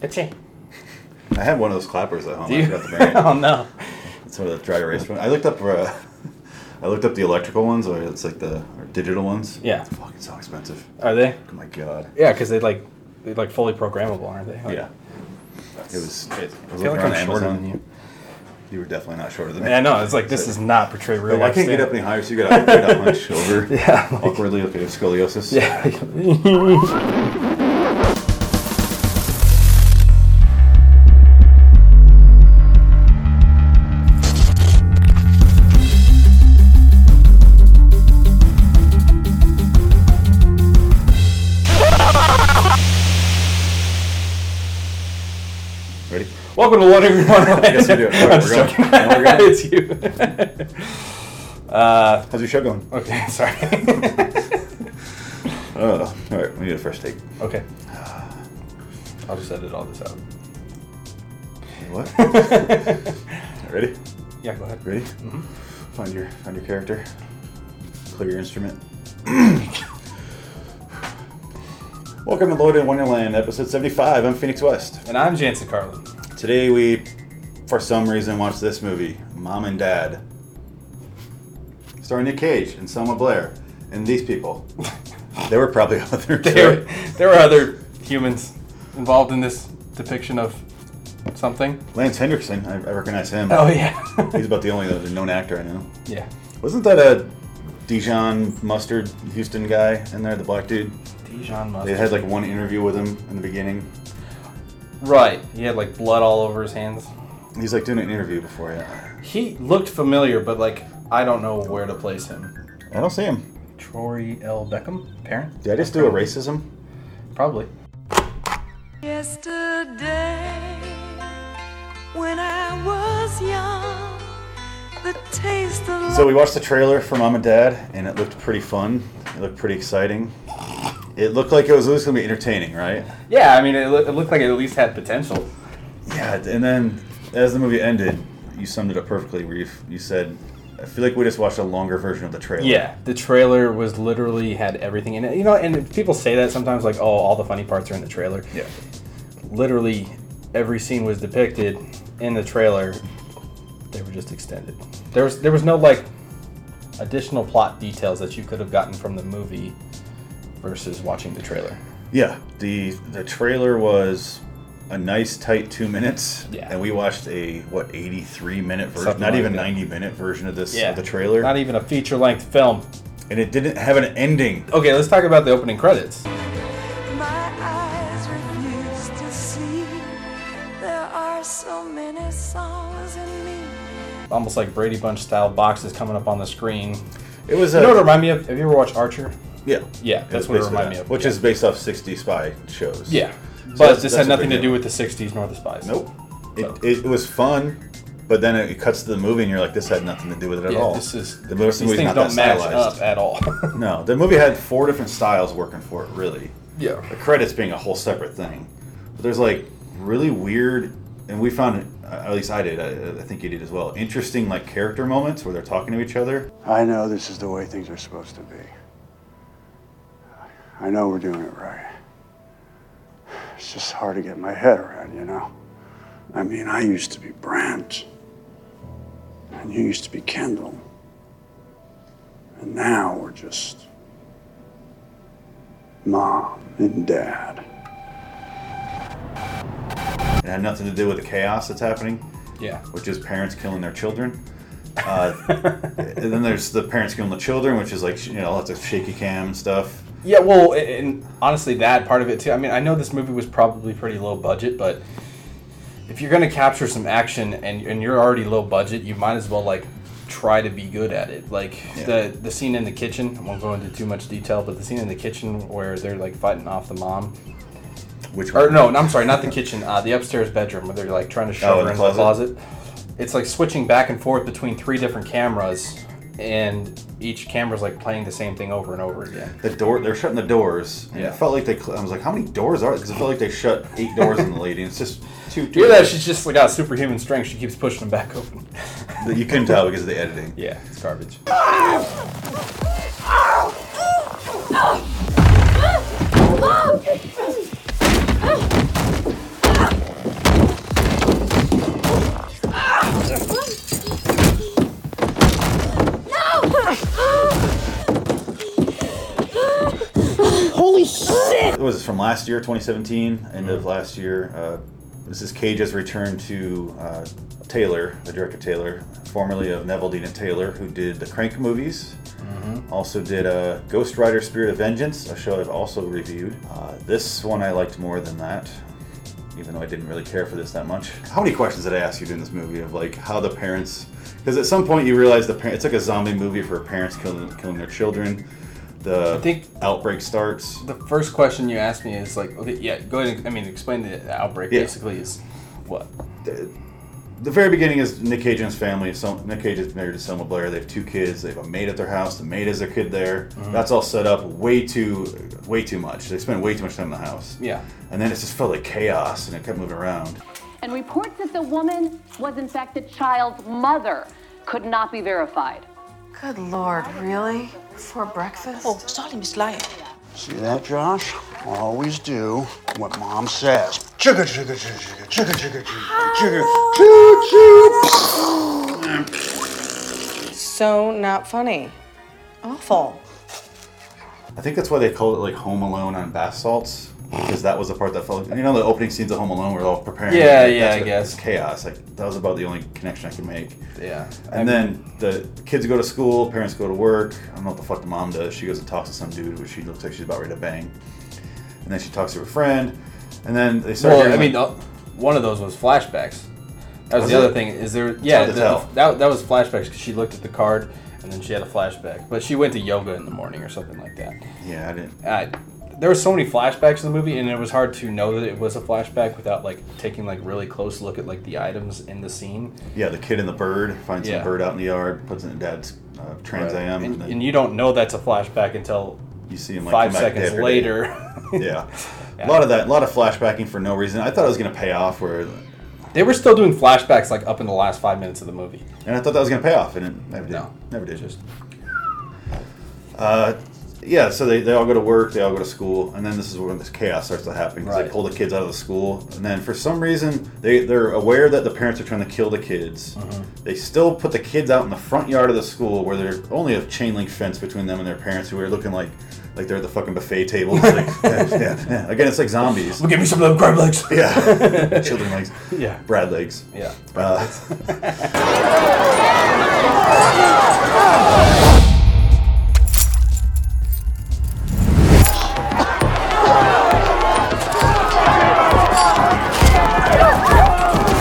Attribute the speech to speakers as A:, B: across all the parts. A: Achoo.
B: I had one of those clappers at home.
A: Do
B: I
A: you?
B: forgot to bring it.
A: oh no.
B: Some of the dry erase one. I looked up for. Uh, I looked up the electrical ones, or it's like the or digital ones.
A: Yeah.
B: It's fucking so expensive.
A: Are they?
B: Oh my god.
A: Yeah, because they like they like fully programmable, aren't they? Like-
B: Yeah. It was. It, I
A: I
B: was
A: feel
B: looking
A: like
B: on
A: I'm shorter
B: Amazon.
A: than you.
B: You were definitely not shorter than me.
A: Yeah, no, it's like this is not portrayed real.
B: Like, I
A: life
B: can't get up
A: standard.
B: any higher, so you gotta get up my shoulder.
A: Yeah, like-
B: Awkwardly, like I have scoliosis.
A: Yeah.
B: Ready?
A: Welcome to Wondering Wonderland.
B: Yes, you do. All right,
A: I'm just
B: we're going.
A: joking.
B: No, we're going.
A: it's you. uh,
B: How's your show going?
A: okay, sorry.
B: Uh, all right, we need a fresh take.
A: okay. I'll just edit all this out.
B: What?
A: yeah,
B: Ready?
A: go ahead. Mm-hmm.
B: Ready? Find your find your character. Clear your instrument. Welcome to Lloyd in Wonderland, episode seventy-five. I'm Phoenix West.
A: And I'm Jansen Carlin.
B: Today we, for some reason, watched this movie, Mom and Dad, starring Nick Cage and Selma Blair, and these people. They were probably out there. too.
A: There, there were other humans involved in this depiction of something.
B: Lance Hendrickson, I, I recognize him.
A: Oh yeah.
B: He's about the only other known actor I know.
A: yeah.
B: Wasn't that a Dijon mustard Houston guy in there, the black dude?
A: Dijon
B: They
A: mustard.
B: had like one interview with him in the beginning.
A: Right. He had like blood all over his hands.
B: He's like doing an interview before, yeah.
A: He looked familiar, but like I don't know where to place him.
B: I don't see him.
A: Troy L. Beckham, parent?
B: Did I just do a racism?
A: Probably.
C: Yesterday, when I was young, the taste of
B: So we watched the trailer for Mom and Dad, and it looked pretty fun. It looked pretty exciting. It looked like it was at least gonna be entertaining, right?
A: Yeah, I mean, it, loo- it looked like it at least had potential.
B: Yeah, and then as the movie ended, you summed it up perfectly, Reef. You said, I feel like we just watched a longer version of the trailer.
A: Yeah, the trailer was literally had everything in it. You know, and people say that sometimes, like, oh, all the funny parts are in the trailer.
B: Yeah.
A: Literally, every scene was depicted in the trailer. They were just extended. There was there was no like additional plot details that you could have gotten from the movie versus watching the trailer.
B: Yeah, the the trailer was a nice tight two minutes.
A: Yeah.
B: And we watched a what eighty three minute version,
A: Something
B: not
A: like
B: even
A: that.
B: ninety minute version of this of the trailer,
A: Not e- even a feature length film.
B: and it didn't have an ending.
A: Okay, let's talk about the opening credits.
C: my eyes refuse to see. There are so many songs in me.
A: Almost like Brady Bunch style boxes coming up on the screen.
B: It was a
A: You know what it reminded me of? Have you ever watched Archer?
B: yeah
A: Yeah,
B: was
A: that's what it
B: basically
A: reminded
B: that,
A: me of.
B: which
A: Yeah.
B: is based off sixty spy shows.
A: Yeah. But
B: that's-
A: this
B: that's
A: had
B: a
A: nothing
B: big
A: to do
B: deal.
A: with the 60s nor the spies.
B: Nope.
A: So-
B: It, it, was fun, but then it, cuts to the movie, and you're like, this had nothing to do with it at
A: Yeah,
B: all.
A: this is.
B: the
A: these
B: movie's
A: things
B: not
A: don't
B: that
A: match
B: stylized.
A: up at all.
B: No, the movie had four different styles working for it, really.
A: yeah.
B: the credits being a whole separate thing. But there's like really weird, and we found it. At least I did. I, I think you did as well. Interesting, like character moments where they're talking to each other.
D: I know this is the way things are supposed to be. I know we're doing it right. It's just hard to get my head around, you know? I mean, I used to be Brent, and you used to be Kendall. And now we're just mom and dad.
B: It had nothing to do with the chaos that's happening,
A: Yeah.
B: which is parents killing their children. Uh, and then there's the parents killing the children, which is like you know lots of shaky cam and stuff.
A: Yeah, well, and- and honestly, that part of it too. I mean, I know this movie was probably pretty low budget, but if you're going to capture some action and, and you're already low budget, you might as well like try to be good at it. Like the the scene in the kitchen. I won't go into too much detail, but the scene in the kitchen where they're like fighting off the mom.
B: Which
A: Or no, no, I'm sorry, not the kitchen. Uh, the upstairs bedroom where they're like trying to shove
B: Oh, in
A: her
B: the
A: into the closet. It's like switching back and forth between three different cameras, and each camera's like playing the same thing over and over again.
B: the door they're shutting the doors. And
A: Yeah.
B: it felt like they. Cl- I was like, how many doors are? Because it felt like they shut eight doors on the lady. And it's just two. two
A: You know that she's just like got superhuman strength. She keeps pushing them back open.
B: you couldn't tell because of the editing.
A: yeah, it's garbage.
B: what was this from last year, 2017, end of last year. Uh, this is Cage's return to uh, Taylor, the director Taylor, formerly of Neville Dean and Taylor, who did the Crank movies. Also did uh, Ghost Rider: Spirit of Vengeance, a show I've also reviewed. Uh, this one I liked more than that, even though I didn't really care for this that much. How many questions did I ask you during this movie of like how the parents? Because at some point you realize the parents. It's like a zombie movie for parents killing killing their children. The
A: I think-
B: outbreak starts.
A: The first question you asked me is like, okay, yeah, go ahead. And, I mean, explain the outbreak.
B: Yeah.
A: Basically, is what?
B: the very beginning is Nick Cage and his family. So Nick Cage is married to Selma Blair. They have two kids. They have a maid at their house. The maid is their kid there.
A: Mm-hmm.
B: That's all set up way too, way too much. They spend way too much time in the house.
A: Yeah.
B: And then it just felt like chaos, and it kept moving around.
E: and reports that the woman was in fact the child's mother could not be verified.
F: Good lord, really? Before breakfast?
G: Oh, Salim is lying.
D: See that, Josh? Always do what mom says. Chugga chugga chugga chugga chugga chugga chugga choo choo.
F: So not funny. Awful.
B: I think that's why they called it like Home Alone on bath salts because that was the part that felt. Like, you know, the opening scenes of Home Alone were all preparing.
A: Yeah,
B: Like,
A: yeah,
B: that's
A: I
B: what-
A: guess.
B: it's chaos. Like that was about the only connection I could make.
A: Yeah.
B: And then the kids go to school, parents go to work. I don't know what the fuck the mom does. She goes and talks to some dude, which she looks like she's about ready to bang. And then she talks to her friend, and then they start.
A: Well,
B: hearing,
A: I mean,
B: like-
A: uh, one of those was flashbacks. That was,
B: Was
A: the
B: it?
A: other thing. Is there? Yeah,
B: hard to
A: the-
B: tell.
A: that, that was flashbacks because she looked at the card and then she had a flashback. But she went to yoga in the morning or something like that.
B: yeah, I didn't.
A: I, there were so many flashbacks in the movie, and it was hard to know that it was a flashback without like taking like really close look at like the items in the scene.
B: Yeah, the kid and the bird finds
A: Yeah.
B: some bird out in the yard, puts it in dad's uh, Trans Am,
A: and,
B: and, then
A: and you don't know that's a flashback until
B: you see him like
A: five
B: come back day
A: seconds
B: after day.
A: later.
B: Yeah. a lot of that, a lot of flashbacking for no reason. I thought it was gonna pay off, where, and
A: they were still doing flashbacks like up in the last five minutes of the movie.
B: I thought that was gonna pay off, and it never did.
A: No.
B: never did.
A: Just
B: Uh, yeah, so they, they all go to work, they all go to school, and then this is when this chaos starts to happen because
A: Right.
B: they pull the kids out of the school, and then for some reason they they're aware that the parents are trying to kill the kids.
A: Mm-hmm.
B: They still put the kids out in the front yard of the school where there's only a chain link fence between them and their parents, who are looking like like they're at the fucking buffet table. like, yeah, yeah, yeah. Again, it's like zombies.
A: give me some of them crab legs.
B: Yeah, children legs.
A: Yeah.
B: Brad legs.
A: Yeah.
B: Uh,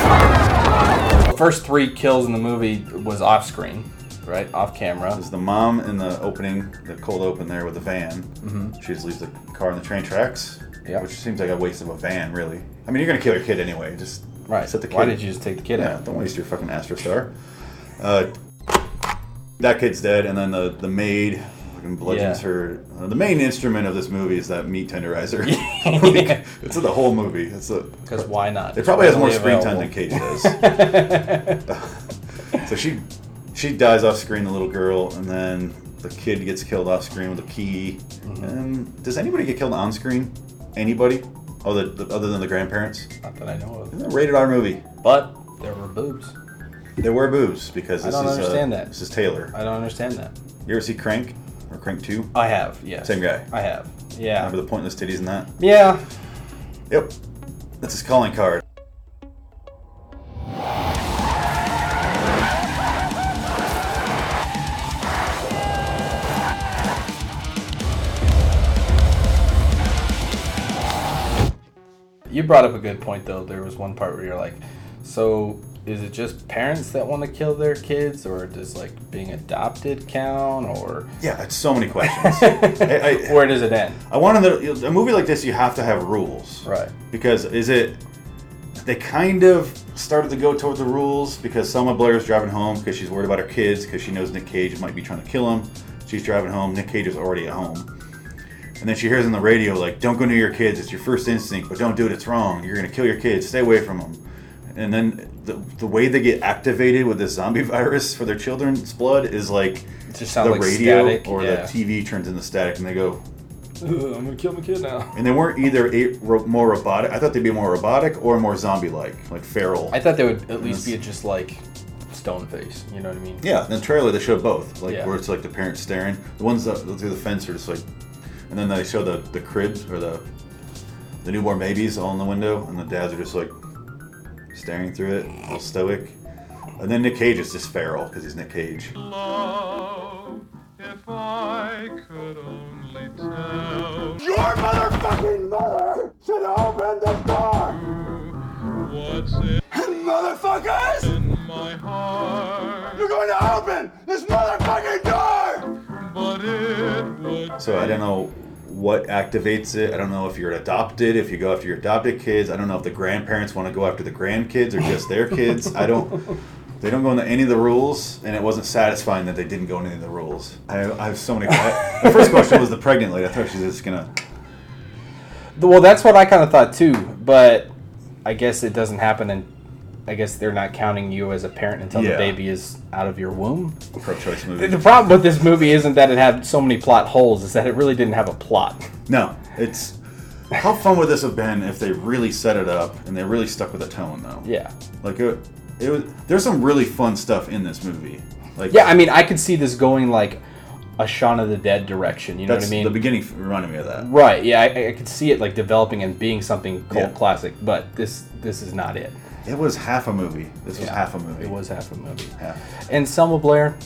A: The first three kills in the movie was off screen, right? Off camera.
B: There's the mom in the opening, the cold open there with the van. She just leaves the car on the train tracks,
A: Mm-hmm. Yeah.
B: which seems like a waste of a van, really. I mean, you're gonna kill your kid anyway. Just
A: Right.
B: Set the kid.
A: Why did you just take the kid
B: Yeah,
A: out?
B: don't waste your fucking astrostar. Uh, that kid's dead, and then the the maid fucking bludgeons
A: Yeah.
B: her. uh, the main instrument of this movie is that meat tenderizer. Like, it's in the whole movie. It's a
A: Because why not?
B: it probably has more screen time
A: available.
B: than Cage does. so she she dies off screen, the little girl, and then the kid gets killed off screen with a key.
A: Mm-hmm.
B: And does anybody get killed on screen? Anybody? Other other than the grandparents?
A: Not that I know of.
B: It's a rated R movie.
A: But there were boobs.
B: There were boobs because this
A: don't
B: is uh,
A: understand that.
B: this is Taylor.
A: I don't understand that.
B: You ever see Crank or Crank Two?
A: I have, yes.
B: Same guy.
A: I have. Yeah.
B: Remember the pointless titties in that?
A: Yeah.
B: Yep. That's his calling card.
A: You brought up a good point though. There was one part where you're like, so is it just parents that want to kill their kids or does like being adopted count or
B: Yeah, it's so many questions. I- I-
A: where does it end?
B: I wanted the, a movie like this. You have to have rules,
A: Right.
B: Because is it? They kind of started to go toward the rules because Selma Blair is driving home because she's worried about her kids because she knows Nick Cage might be trying to kill him. She's driving home. Nick Cage is already at home, and then she hears on the radio like, "Don't go near your kids. It's your first instinct, but don't do it. It's wrong. You're gonna kill your kids. Stay away from them." And then the, the way they get activated with this zombie virus for their children's blood is like
A: just sounds
B: the
A: like
B: radio
A: static,
B: or
A: yeah.
B: the TV turns into static, and they go,
A: I'm gonna kill my kid now.
B: and they weren't either a, ro- more robotic. I thought they'd be more robotic or more zombie-like, like feral.
A: I thought they would at least be just like stone face, you know what I mean?
B: yeah, in the trailer they show both, like
A: Yeah.
B: where it's like the parents staring. The ones that look through the fence are just like, and then they show the the cribs or the the newborn babies all in the window, and the dads are just like staring through it, all stoic. And then Nick Cage is just feral because he's Nick Cage.
G: If I could only tell
D: Your motherfucking mother should open the door.
G: what's in
D: And motherfuckers,
G: my heart,
D: you're going to open this motherfucking door.
G: but it would
B: So I don't know what activates it. I don't know if you're adopted, if you go after your adopted kids. I don't know if the grandparents want to go after the grandkids or just their kids. I don't. They don't go into any of the rules, and it wasn't satisfying that they didn't go into any of the rules. I, I have so many. I, the first question was the pregnant lady. I thought she was just gonna.
A: Well, that's what I kind of thought too, but I guess it doesn't happen, and I guess they're not counting you as a parent until
B: Yeah.
A: the baby is out of your womb.
B: pro-choice
A: The
B: movie.
A: problem with this movie isn't that it had so many plot holes; is that it really didn't have a plot.
B: No, it's how fun would this have been if they really set it up and they really stuck with the tone though.
A: Yeah,
B: like it, it was. There's some really fun stuff in this movie. Like
A: yeah. I mean, I could see this going like a Shaun of the Dead direction. You know
B: that's
A: what I mean?
B: the beginning f- reminded me of that.
A: right. Yeah, I, I could see it like developing and being something cult
B: Yeah.
A: classic, but this this is not it.
B: It was half a movie. This was half a movie.
A: It was half a movie.
B: half.
A: And Selma Blair,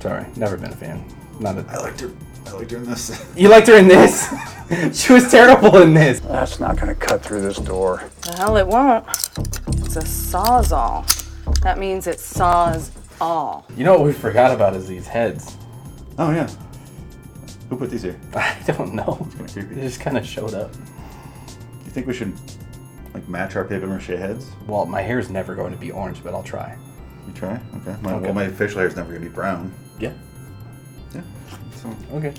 A: sorry, never been a fan. Not
B: I
A: a.
B: liked her. I liked her in this.
A: You liked her in this. she was terrible in this.
D: That's not going to cut through this door.
F: Well, it won't. It's a sawzall. That means it saws all.
A: You know what we forgot about is these heads.
B: oh yeah. Who put these here?
A: I don't know.
B: kinda creepy.
A: They just kind of showed up.
B: You think we should like match our paper mache heads?
A: Well, my hair's never going to be orange, but I'll try.
B: We try. Okay. My, Well, my facial hair is never gonna be brown.
A: Yeah.
B: Yeah. So
A: Okay.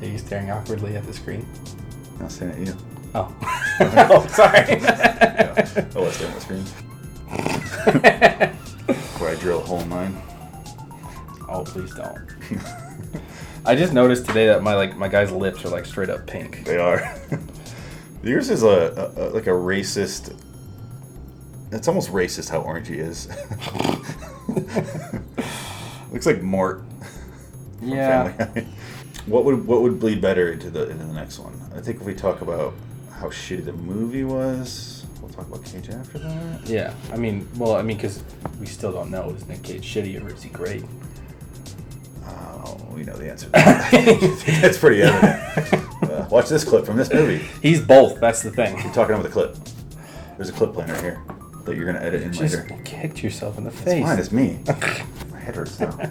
A: Are you staring awkwardly at the screen?
B: not saying at you.
A: Oh. oh, sorry.
B: Oh, let's stay on the screen. Where I drill a hole in mine.
A: oh, please don't. I just noticed today that my like my guy's lips are like straight up pink.
B: They are. Yours is a, a, a like a racist. It's almost racist how orangey is. Looks like Mort.
A: Yeah.
B: Family Guy. what would what would bleed better into the into the next one? I think if we talk about how shitty the movie was, we'll talk about Cage after that.
A: Yeah. I mean, well, I mean, because we still don't know is Nick Cage shitty or is he great?
B: Oh, we know the answer. to that. That's pretty evident. Uh, watch this clip from this movie.
A: He's both. That's the thing.
B: I'm talking over the clip. There's a clip plan right here that you're gonna edit in
A: Just
B: later.
A: kicked yourself in the
B: It's
A: face.
B: mine. It's me. My head hurts Oh, now.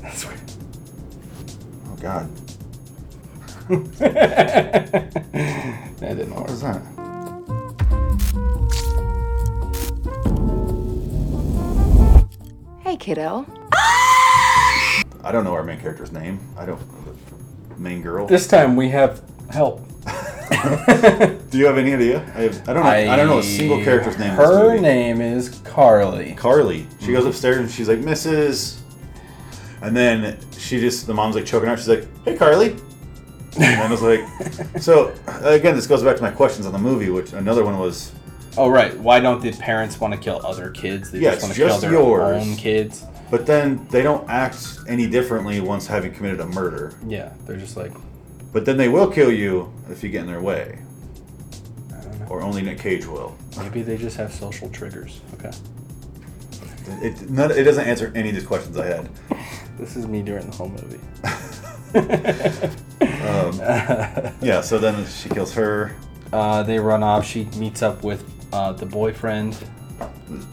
A: That's weird.
B: Oh God,
A: That didn't work.
B: what was that?
H: Hey, kiddo.
B: I don't know our main character's name. I don't. The main girl.
A: This time we have help.
B: Do you have any idea? I, have, I don't. Know, I, don't know a single character's name. in this
A: Her
B: movie.
A: name is Carly.
B: Carly. She goes upstairs and she's like, Mrs. And then she just, the mom's like choking her. She's like, hey, Carly. And I was like, so again, this goes back to my questions on the movie, which another one was,
A: Oh right. Why don't the parents want to kill other kids? They
B: Yeah,
A: just
B: it's
A: want to kill
B: just
A: their
B: yours.
A: own kids.
B: but then they don't act any differently once having committed a murder.
A: Yeah, they're just like
B: But then they will kill you if you get in their way. Or only Nick Cage will.
A: maybe they just have social triggers. Okay.
B: It, none, it doesn't answer any of these questions I had.
A: This is me during the whole movie.
B: Yeah, so then she kills her.
A: Uh, they run off. She meets up with uh, the boyfriend.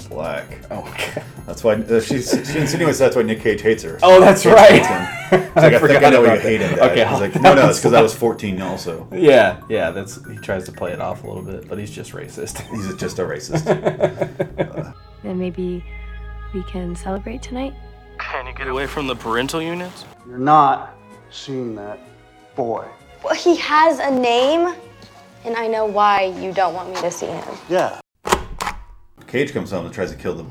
B: Black.
A: Oh. Okay.
B: That's why uh, she, she insinuates that's why Nick Cage hates her.
A: Oh, that's right.
B: He's like, I, think I
A: forgot
B: know you
A: about that.
B: hated that.
A: Okay,
B: He's like,
A: that
B: no, no,
A: was
B: it's because I was 14 also.
A: yeah, yeah. That's he tries to play it off a little bit, but he's just racist.
B: He's just a racist.
H: Then maybe we can celebrate tonight?
I: Can you get away from the parental units?
D: You're not seeing that boy.
J: Well, he has a name, and I know why you don't want me to see him.
D: Yeah.
B: Cage comes home and tries to kill the,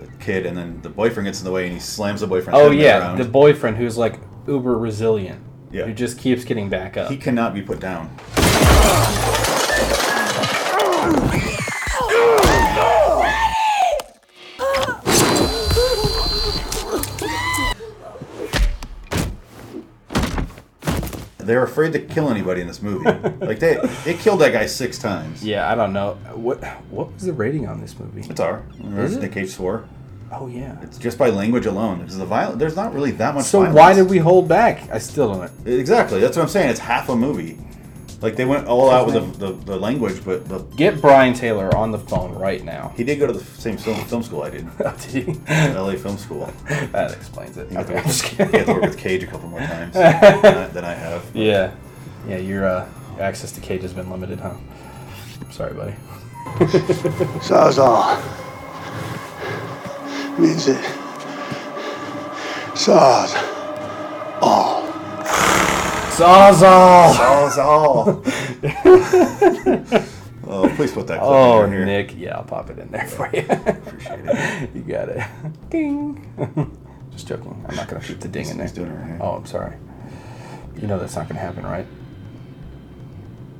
B: the kid, and then the boyfriend gets in the way and he slams the boyfriend.
A: Oh yeah, the boyfriend who's like uber resilient.
B: Yeah.
A: Who just keeps getting back up.
B: he cannot be put down. They're afraid to kill anybody in this movie. like they, it killed that guy six times.
A: Yeah, I don't know. What what was the rating on this movie?
B: It's R.
A: Is it?
B: Nick Cage swore.
A: Oh yeah.
B: It's just by language alone. Because the viol- there's not really that much.
A: So
B: violence.
A: why did we hold back? I still don't.
B: Exactly. That's what I'm saying. It's half a movie. Like they went all out with the, the, the language, but the,
A: Get Brian Taylor on the phone right now.
B: he did go to the same film, film school I did,
A: Did he?
B: LA Film School.
A: that explains it.
B: He had to
A: Okay, I'm
B: work
A: just
B: with-
A: kidding.
B: he had to work with Cage a couple more times than I, than I have.
A: Yeah, yeah. Your uh, your access to Cage has been limited, huh? Sorry, buddy.
D: Sawzall means it. Saws. All.
A: Sawzall.
B: Oh, it's all. oh, please put that clip
A: Oh,
B: in here.
A: Nick. Yeah, I'll pop it in there for you.
B: Appreciate it.
A: you got it. Ding. Just joking. I'm not gonna shoot the ding in there.
B: He's doing it right here.
A: Oh, I'm sorry. You know that's not gonna happen, right?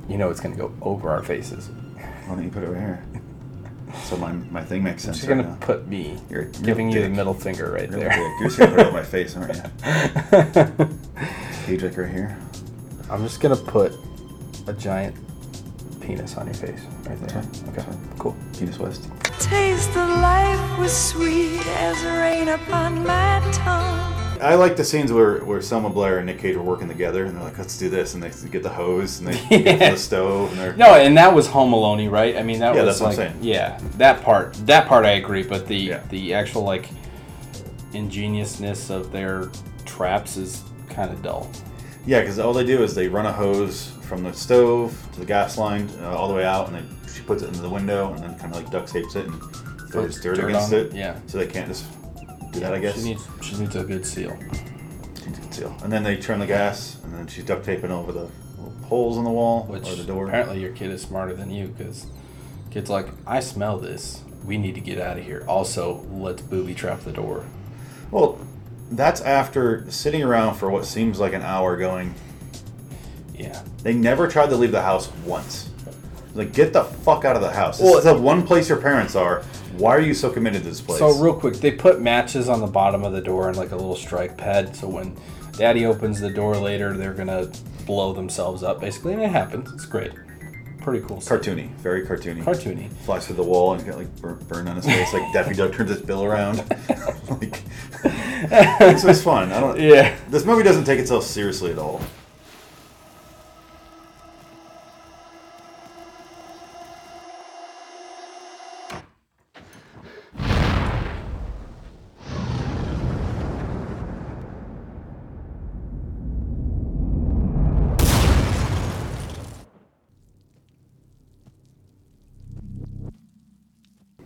A: You know it's gonna go over our faces.
B: Why don't you put it right here? So my, my thing makes sense
A: She's
B: right
A: gonna
B: now.
A: put me
B: You're a real
A: giving you the
B: dick.
A: middle finger right
B: You're
A: there.
B: just gonna put it on my face, aren't you? Cage like right here.
A: I'm just gonna put a giant penis on your face right there.
B: fine.
A: Okay,
B: That's fine.
A: cool.
B: Penis West.
C: Taste of life was sweet as rain upon my tongue.
B: I like the scenes where, where Selma Blair and Nick Cage are working together, and they're like, "Let's do this," and they get the hose and they get to the stove, and they're
A: No, and that was Home Alone, right? I mean, that
B: Yeah,
A: was
B: that's what
A: like,
B: I'm saying.
A: yeah, that part, that part, I agree. But the
B: Yeah.
A: the actual like ingeniousness of their traps is kind of dull.
B: yeah, because all they do is they run a hose from the stove to the gas line uh, all the way out, and then she puts it into the window, and then kind of like duct tapes it and throws dirt,
A: dirt
B: against
A: on
B: it,
A: it, yeah.
B: so they can't just do that, I guess.
A: she needs she needs a good seal.
B: She needs to conceal. And then they turn the gas, and then she's duct taping over the little holes in the wall
A: Which
B: or the door.
A: apparently your kid is smarter than you because kid's like, I smell this. We need to get out of here. Also, let's booby trap the door.
B: Well, that's after sitting around for what seems like an hour, going,
A: Yeah.
B: They never tried to leave the house once. Like, get the fuck out of the house. This
A: Well-
B: is the one place your parents are. Why are you so committed to this place?
A: So real quick, they put matches on the bottom of the door and like a little strike pad. So when Daddy opens the door later, they're gonna blow themselves up. Basically, and it happens. It's great. Pretty cool. stuff.
B: cartoony, very cartoony.
A: Cartoony.
B: Flies through the wall and got like bur- burned on his face. like Daffy Duck turns his bill around. like, this is fun. I don't.
A: Yeah.
B: This movie doesn't take itself seriously at all.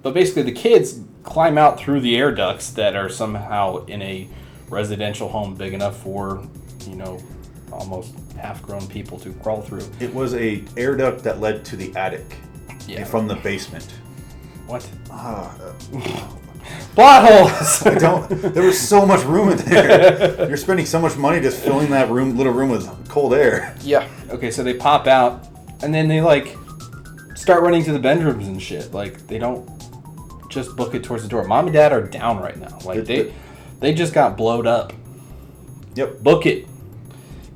A: But basically, the kids climb out through the air ducts that are somehow in a residential home big enough for you know almost half-grown people to crawl through.
B: It was a air duct that led to the attic
A: Yeah. Ah.
B: from the basement.
A: What? Plot holes.
B: I don't. There was so much room in there. You're spending so much money just filling that room, little room, with cold air.
A: Yeah. Okay, so they pop out, and then they like start running to the bedrooms and shit. Like they don't just book it towards the door. Mom and dad are down right now. Like
B: It-
A: they
B: it-
A: they just got blowed up.
B: Yep.
A: Book it.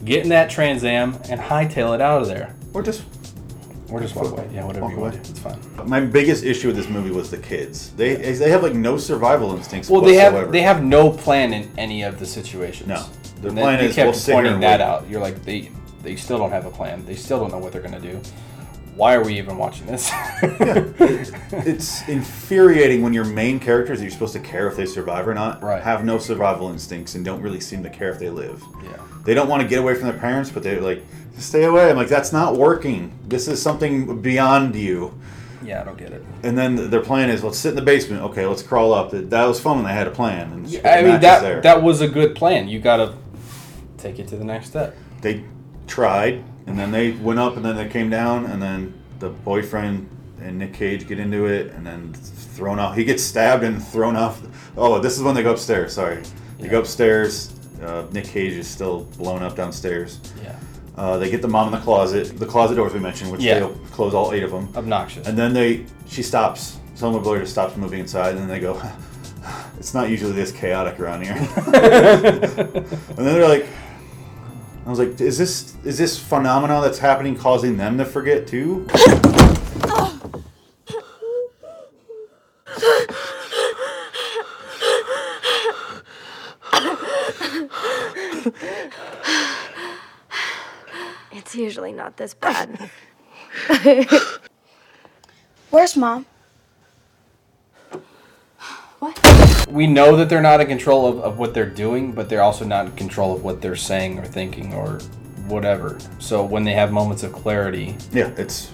A: Get in that Trans Am and hightail it out of there.
B: Or just
A: Or just walk away. Yeah, whatever
B: Walk
A: you want
B: away.
A: to do. It's fine.
B: my biggest issue with this movie was the kids. They they have like no survival instincts.
A: Well, they
B: whatsoever.
A: have they have no plan in any of the situations.
B: No. Their
A: And they-
B: plan
A: they
B: is,
A: kept
B: we'll sit here
A: pointing
B: and
A: that
B: wait.
A: out. You're like they they still don't have a plan. They still don't know what they're gonna do. Why are we even watching this?
B: It's infuriating when your main characters that you're supposed to care if they survive or not
A: Right.
B: have no survival instincts and don't really seem to care if they live.
A: Yeah.
B: They don't want to get away from their parents, but they're like, stay away. I'm like, that's not working. This is something beyond you.
A: yeah, I don't get it.
B: And then their plan is, let's sit in the basement. Okay, let's crawl up. That that was fun when they had a plan. And
A: Yeah, I mean
B: matches
A: that
B: there.
A: that was a good plan. You gotta take it to the next step.
B: they tried, and then they went up, and then they came down, and then the boyfriend and Nick Cage get into it, and then thrown off. He gets stabbed and thrown off. Oh, this is when they go upstairs. Sorry, they go upstairs. Uh, Nick Cage is still blown up downstairs.
A: Yeah,
B: Uh, they get the mom in the closet. The closet doors we mentioned, which
A: Yeah.
B: they close all eight of them.
A: obnoxious.
B: And then they, she stops. Selma Blair just stops moving inside, and then they go, "It's not usually this chaotic around here." and then they're like, I was like, is this is this phenomena that's happening causing them to forget too?
H: It's usually not this bad.
J: Where's mom?
A: we know that they're not in control of, of what they're doing, but they're also not in control of what they're saying or thinking or whatever. So when they have moments of clarity,
B: Yeah, it's.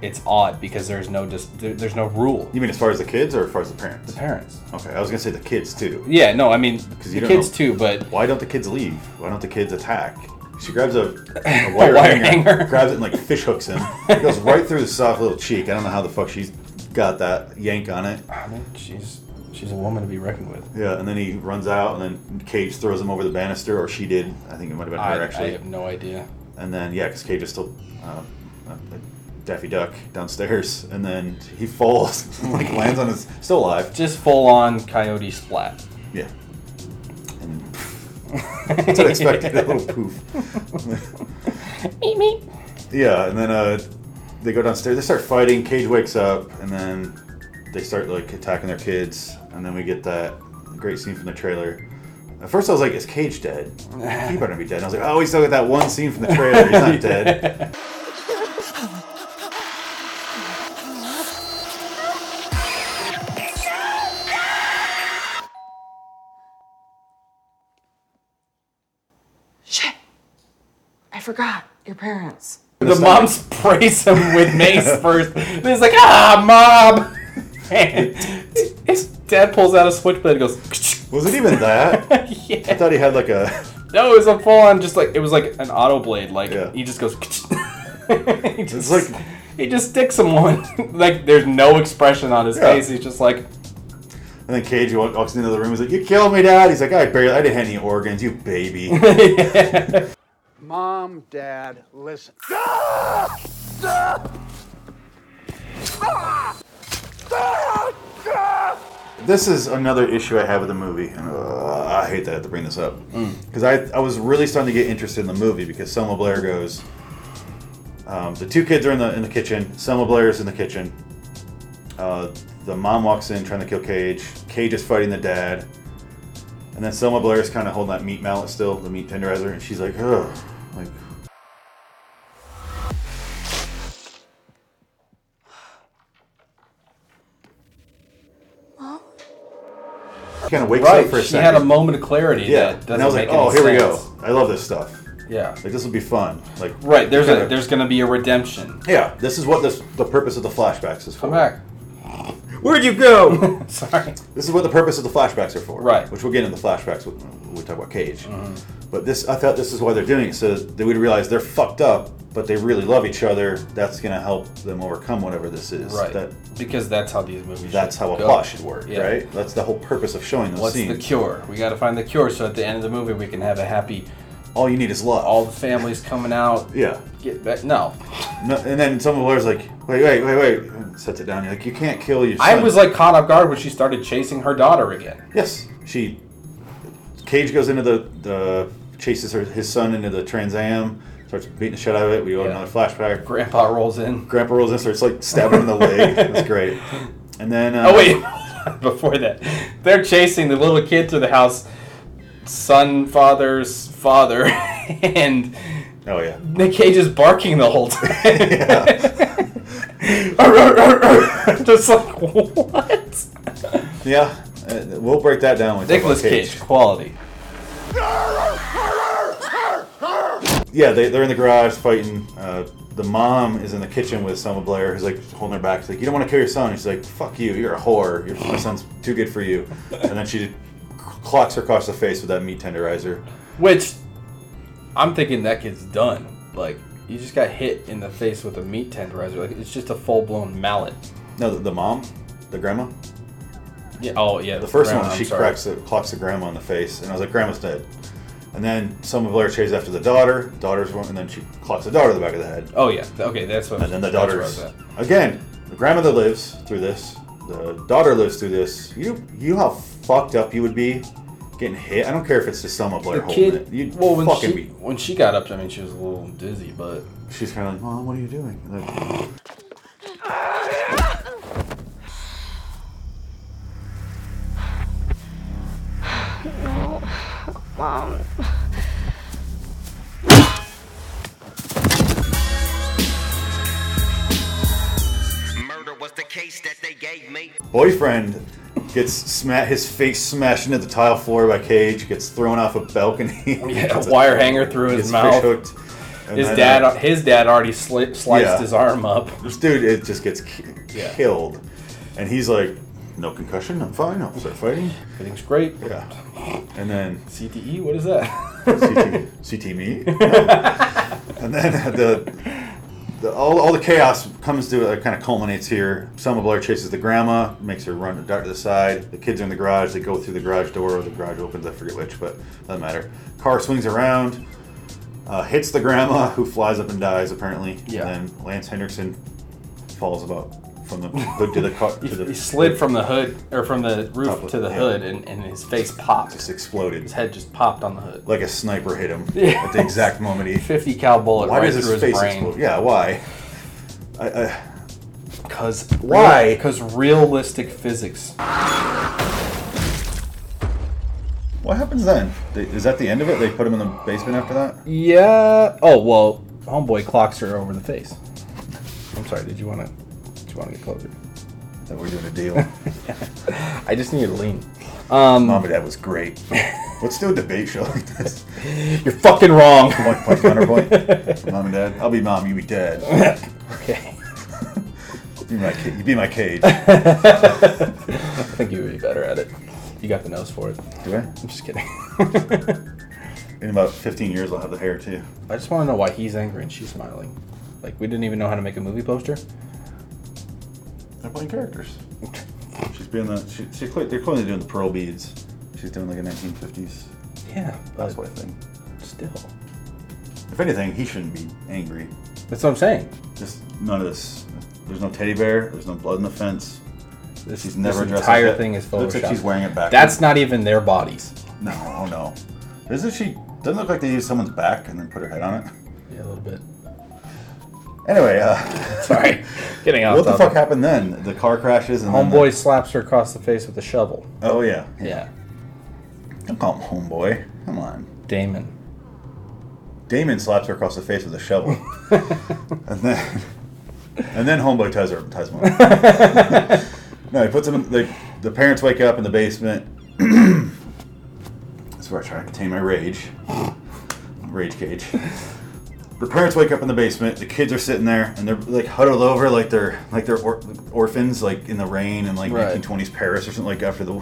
A: it's odd because there's no just there, there's no rule.
B: You mean as far as the kids or as far as the parents?
A: Parents.
B: Okay, I was gonna say the kids too.
A: Yeah, no, I mean
B: you
A: the
B: don't
A: kids
B: know.
A: too, but
B: Why don't the kids leave? Why don't the kids attack? She grabs a, a wire,
A: wire
B: hanger,
A: hanger.
B: grabs it and like fish hooks him. It goes right through his soft little cheek. I don't know how the fuck she's got that yank on it.
A: I mean, she's she's a woman to be reckoned with.
B: Yeah, and then he runs out, and then Cage throws him over the banister, or she did. I think it might have been her
A: I, I
B: actually.
A: have no idea.
B: And then yeah, because Cage is still uh, uh, Daffy Duck downstairs, and then he falls, like lands on his still alive.
A: Just full on coyote splat.
B: Yeah. And that's what I expected, that little poof. Yeah, and then uh, they go downstairs, they start fighting, Cage wakes up, and then they start like attacking their kids, and then we get that great scene from the trailer. At first I was like, is Cage dead? He better be dead. And I was like, oh, we still got that one scene from the trailer, he's not dead.
F: Shit. I forgot. Your parents.
A: The mom sprays him with mace first. And he's like, ah, mom. And his dad pulls out a switchblade and goes.
B: Was it even that? I
A: yeah.
B: thought he had like a
A: No, it was a full on just like it was like an auto blade. Like
B: Yeah.
A: he just goes. he just,
B: like-
A: he just sticks someone. like there's no expression on his
B: Yeah.
A: face. He's just like,
B: And then Cage wa- walks into the room. He's like, "You killed me, Dad." He's like, "I barely, I didn't have any organs, you baby."
D: Mom, Dad, listen.
B: this is another issue I have with the movie, and uh, I hate that I have to bring this up because I, I was really starting to get interested in the movie because Selma Blair goes, um, the two kids are in the in the kitchen. Selma Blair is in the kitchen. Uh, the mom walks in trying to kill Cage. Cage is fighting the dad, and then Selma Blair is kind of holding that meat mallet still, the meat tenderizer, and she's like, "Ugh," like. Kind of wakes
A: right.
B: up for a
A: she
B: second.
A: had a moment of clarity.
B: Yeah,
A: that
B: and I was like, oh, here we go. I love this stuff.
A: we go. Yeah.
B: Like this will be fun. Like
A: Right, there's
B: kinda-
A: a there's gonna be a redemption.
B: yeah. This is what this the purpose of the flashbacks is for.
A: Come back.
B: Where'd you go?
A: Sorry.
B: this is what the purpose of the flashbacks are for.
A: Right. Mm-hmm.
B: Which we'll get into the flashbacks when when we talk about Cage. But this, I thought this is why they're doing it, so they would realize they're fucked up, but they really love each other. That's gonna help them overcome whatever this is.
A: Right.
B: That
A: because that's how these movies.
B: that's
A: should
B: how a
A: go.
B: plot should work,
A: Yeah.
B: right? That's the whole purpose of showing those
A: What's
B: scenes.
A: the cure? We got to find the cure so at the end of the movie we can have a happy.
B: All you need is love.
A: All the families coming out.
B: yeah.
A: Get back. No,
B: No, and then someone Blair's like, wait, wait, wait, wait, and sets it down. You're like, you can't kill your.
A: I
B: son."
A: was like caught off guard when she started chasing her daughter again.
B: yes. She, Cage goes into the the chases her his son into the Trans Am, starts beating the shit out of it. We go to
A: Yeah.
B: another flashback.
A: Grandpa rolls in.
B: Grandpa rolls in, starts like stabbing him in the leg. That's great. And then uh,
A: Oh wait, before that, they're chasing the little kid through the house. Son, father's father, and
B: oh yeah,
A: Nick Cage is barking the whole time. Just like what?
B: yeah. Uh, we'll break that down with
A: Nicholas Cage, quality.
B: Yeah, they, they're in the garage fighting. Uh, the mom is in the kitchen with Selma Blair, who's like holding her back. She's like, "You don't want to kill your son." And she's like, "Fuck you! You're a whore. Your my son's too good for you." And then she clocks her across the face with that meat tenderizer.
A: Which I'm thinking that kid's done. Like you just got hit in the face with a meat tenderizer. Like it's just a full blown mallet.
B: No, the, the mom, the grandma.
A: Yeah. Oh yeah.
B: The first
A: grandma,
B: one,
A: I'm
B: she
A: sorry.
B: cracks the, clocks the grandma in the face, and I was like, "Grandma's dead." And then Selma Blair chases after the daughter. Daughter's one, and then she clocks the daughter in the back of the head.
A: Oh yeah. Okay, that's what.
B: And then the
A: that's
B: daughter's
A: where I was
B: again. The grandmother lives through this. The daughter lives through this. You you know how fucked up you would be Getting hit. I don't care if it's just Selma Blair
A: The
B: holding
A: kid.
B: it. You'd
A: well, when
B: fucking
A: she
B: be.
A: when she got up, I mean, she was a little dizzy, but
B: She's kind of like, Mom, what are you doing? Like,
J: Mom.
K: Murder was the case that they gave me.
B: boyfriend gets sma- his face smashed into the tile floor by Cage, gets thrown off a balcony.
A: yeah, a wire hanger through his
B: Gets
A: mouth.
B: fish-hooked. And
A: His
B: then,
A: dad,
B: uh,
A: his dad already sli- sliced
B: Yeah.
A: his arm up.
B: This dude, it just gets ki-
A: Yeah.
B: killed. And he's like, no concussion, I'm fine, I'll start fighting.
A: Everything's great.
B: Yeah. And then
A: CTE, what is that?
B: CT, CT me. No. And then the, the all, all the chaos comes to uh, kind of culminates here. Selma Blair chases the grandma, makes her run to dart to the side. The kids are in the garage. They go through the garage door, or the garage opens. I forget which, but doesn't matter. Car swings around, uh, hits the grandma, who flies up and dies apparently.
A: Yeah.
B: And then Lance Hendrickson falls about from the hood to the car. To
A: he,
B: the,
A: he slid from the hood or from the roof
B: Top of-
A: to the
B: yeah.
A: hood, and, and his face popped.
B: Just exploded.
A: His head just popped on the hood.
B: Like a sniper hit him
A: Yeah.
B: at the exact moment he
A: Fifty cal bullet
B: Why
A: right
B: does his,
A: through his,
B: face
A: brain.
B: explode? Yeah, why? I, I,
A: Because
B: Why?
A: Because realistic physics.
B: what happens then? They, is that the end of it? They put him in the basement after that?
A: Yeah. Oh well, homeboy clocks her over the face. I'm sorry. Did you want to? Did you want to get closer?
B: That we're doing a deal.
A: I just need to lean.
B: Mom and Dad was great. Let's do a debate show like this.
A: You're fucking wrong.
B: Point, point, counterpoint. Mom and Dad, I'll be mom, you be dad.
A: okay.
B: You be my, ca- you be my cage.
A: I think you would be better at it. You got the nose for it.
B: Do I?
A: I'm just kidding.
B: In about 15 years, I'll have the hair too.
A: I just want to know why he's angry and she's smiling. Like we didn't even know how to make a movie poster.
B: They're playing characters. She's being the. She, she's clear, they're clearly doing the pearl beads. She's doing like a 1950s.
A: Yeah,
B: That's
A: but
B: what I think.
A: still.
B: If anything, he shouldn't be angry.
A: That's what I'm saying.
B: Just none of this. There's no teddy bear. There's no blood in the fence.
A: This,
B: She's never
A: this
B: dressed
A: entire
B: like that.
A: thing is Photoshop.
B: Looks like she's wearing it backwards.
A: That's not even their bodies.
B: No, oh no. Isn't she? Doesn't look like they used someone's back and then put her head on it.
A: Yeah, a little bit.
B: Anyway, uh,
A: Sorry, getting off
B: what the fuck
A: topic.
B: happened then? The car crashes and then the-
A: Homeboy slaps her across the face with a shovel.
B: oh yeah,
A: Yeah,
B: Don't call him homeboy. Come on.
A: Damon.
B: Damon slaps her across the face with a shovel, and then and then homeboy ties her ties him up. no, he puts him. In, they, the parents wake up in the basement. That's where I try to contain my rage. Rage cage. The parents wake up in the basement. The kids are sitting there, and they're like huddled over, like they're like they're or- orphans, like in the rain in like
A: Right.
B: 1920s Paris or something, like after the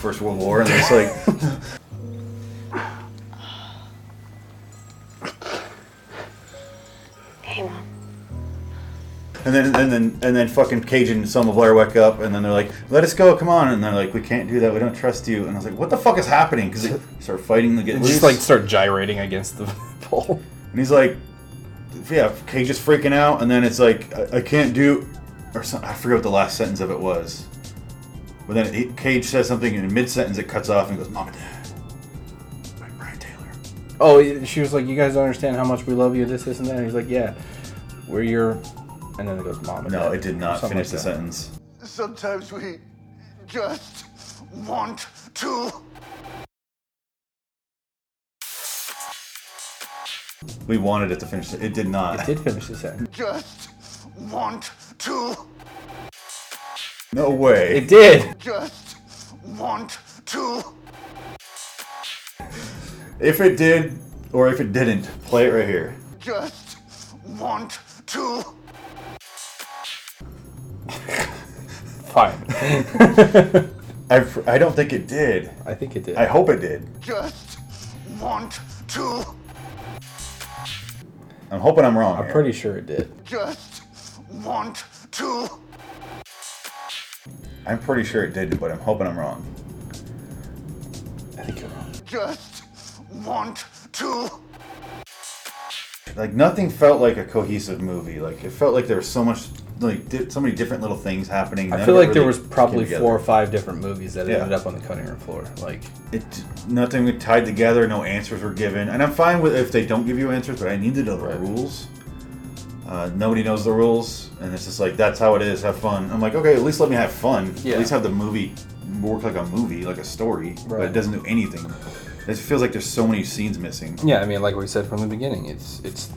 B: First World War. And it's like,
J: Hey, Mom.
B: and then and then and then fucking Cage and Selma Blair wake up, and then they're like, "Let us go, come on!" And they're like, "We can't do that. We don't trust you." And I was like, "What the fuck is happening?" Because they start fighting to get
A: And
B: loose.
A: just like start gyrating against the pole.
B: And he's like, yeah, Cage is freaking out, and then it's like, I, I can't do, or some, I forget what the last sentence of it was. But then he, Cage says something, and in mid sentence it cuts off and goes, Mom and Dad. By Brian Taylor.
A: Oh, she was like, "You guys don't understand how much we love you. This, this, and that." And he's like, "Yeah, we're your." And then it goes, "Mom." And
B: No,
A: Dad,"
B: it did
A: or
B: not
A: something
B: finish the
A: like that.
B: sentence.
K: Sometimes we just want to.
B: We wanted it to finish it. It did not.
A: It did finish the sentence.
K: Just want to.
B: No way.
A: It did.
K: Just want to.
B: if it did, or if it didn't, play it right here.
K: Just want to.
A: Fine.
B: I, I don't think it did.
A: I think it did.
B: I hope it did.
K: Just want to.
B: I'm hoping I'm wrong.
A: I'm
B: here.
A: pretty sure it did.
K: Just want to.
B: I'm pretty sure it did, but I'm hoping I'm wrong.
A: I think you're wrong.
K: Just want to.
B: like nothing felt like a cohesive movie. Like it felt like there was so much like di- so many different little things happening.
A: I
B: None
A: feel
B: of it
A: like there
B: really
A: was probably
B: came together.
A: four or five different movies that
B: Yeah.
A: ended up on the cutting room floor. Like,
B: It nothing tied together. No answers were given, and I'm fine with if they don't give you answers. But I need to know the rules. Uh, nobody knows the rules, and it's just like that's how it is. Have fun. I'm like, okay, at least let me have fun.
A: Yeah.
B: At least have the movie work like a movie, like a story, but
A: Right.
B: it doesn't do anything. It feels like there's so many scenes missing.
A: yeah, I mean, like we said from the beginning, it's it's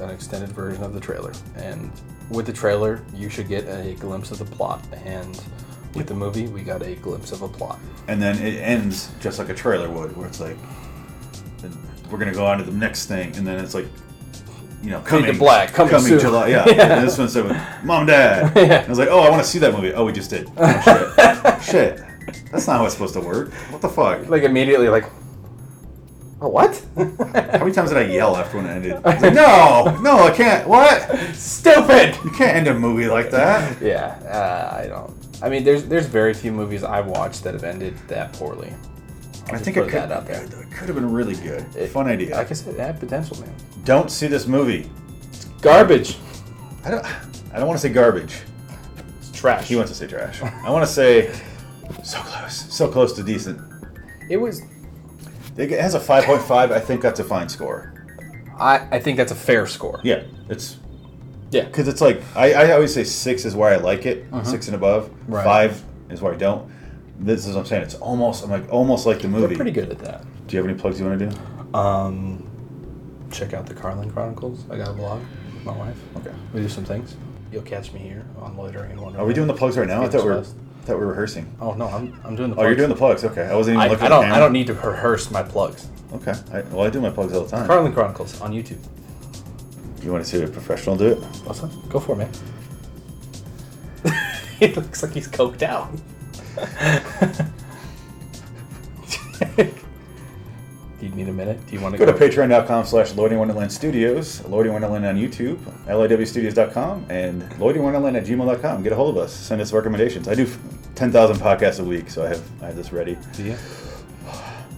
A: an extended version of the trailer, and with the trailer, you should get a glimpse of the plot, and with the movie, we got a glimpse of a plot.
B: and then it ends just like a trailer would, where it's like, and we're gonna go on to the next thing, and then it's like, you know, coming
A: to black, coming soon.
B: July, yeah.
A: Yeah.
B: And this one said, "Mom, Dad," and I was like, "Oh, I want to see that movie." Oh, we just did. Oh, shit, shit, that's not how it's supposed to work. What the fuck?
A: Like immediately, like, oh what?
B: How many times did I yell after when it ended? I was like, no, no, I can't. What?
A: Stupid.
B: You can't end a movie like that.
A: Yeah, uh, I don't. I mean, there's there's very few movies I've watched that have ended that poorly. I'll
B: I
A: just
B: think
A: put
B: it could,
A: that out there.
B: it could have been really good. Fun idea.
A: Like I said, it had potential, man.
B: Don't see this movie.
A: Garbage.
B: I don't. I don't want to say garbage.
A: It's trash.
B: He wants to say trash. I want to say so close, so close to decent.
A: It was.
B: It has a 5.5. I think that's a fine score.
A: I I think that's a fair score.
B: Yeah, it's
A: Yeah. Uh-huh.
B: because it's like I, I always say six is where I like it, six and above.
A: Right.
B: Five is where I don't. This is what I'm saying. It's almost I'm like almost like the
A: They're
B: movie.
A: pretty good at that.
B: Do you have any plugs you want to do?
A: Um, check out the Carlin Chronicles. I got a blog. with My wife.
B: Okay.
A: We do some things. You'll catch me here on loitering and wondering.
B: Are we doing the plugs right now? I thought we were,
A: Yes.
B: I thought we were rehearsing.
A: Oh no, I'm I'm doing the.
B: Oh, you're doing the plugs. Okay, I wasn't even
A: I,
B: looking.
A: I
B: at
A: don't.
B: The
A: I don't need to rehearse my plugs.
B: Okay. I, well, I do my plugs all the time.
A: Carlin Chronicles on YouTube.
B: You want to see a professional do it?
A: What's up? Go for it, man. he looks like he's coked out. Do you need a minute? Do you want to
B: Go to patreon.com slash Lloyd in Wonderland Studios, Lloyd in Wonderland on YouTube, liwstudios.com, and Lloyd in Wonderland at gmail.com. Get a hold of us. Send us recommendations. I do 10,000 podcasts a week, so I have I have this ready.
A: Do you?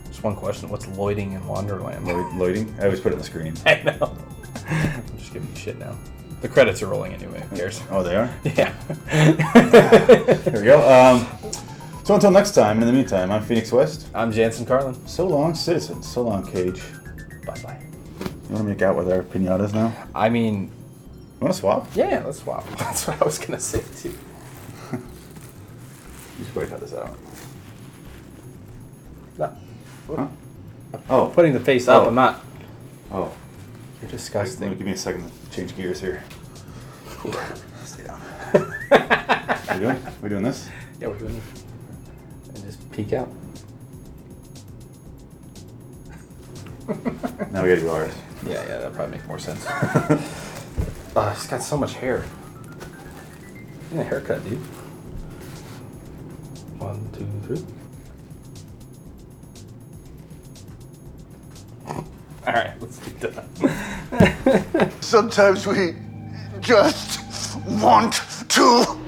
A: Just one question. What's loitering in Wonderland?
B: Lloyd, Lloyding? I always put it on the screen.
A: I know. I'm just giving you shit now. The credits are rolling anyway. Who cares?
B: Oh, they are?
A: Yeah.
B: There we go. Um, so until next time, and in the meantime, I'm Phoenix West.
A: I'm Jansen Carlin.
B: So long, citizens. So long, Cage.
A: Bye bye.
B: You want to make out with our pinatas now?
A: I mean,
B: You want to swap?
A: yeah, let's swap. That's what I was gonna say too.
B: You should probably cut this out.
A: No,
B: Huh? Oh.
A: putting the face up.
B: Oh.
A: I'm not.
B: Oh.
A: You're
B: Let me,
A: disgusting.
B: give me a second to change gears here. Stay down. we doing? We doing this?
A: Yeah, we're doing it. And just peek out.
B: Now we gotta do ours.
A: Yeah, yeah, that probably make more sense. uh, he's got so much hair. Yeah, haircut, dude. One, two, three. All right, let's get done.
D: Sometimes we just want to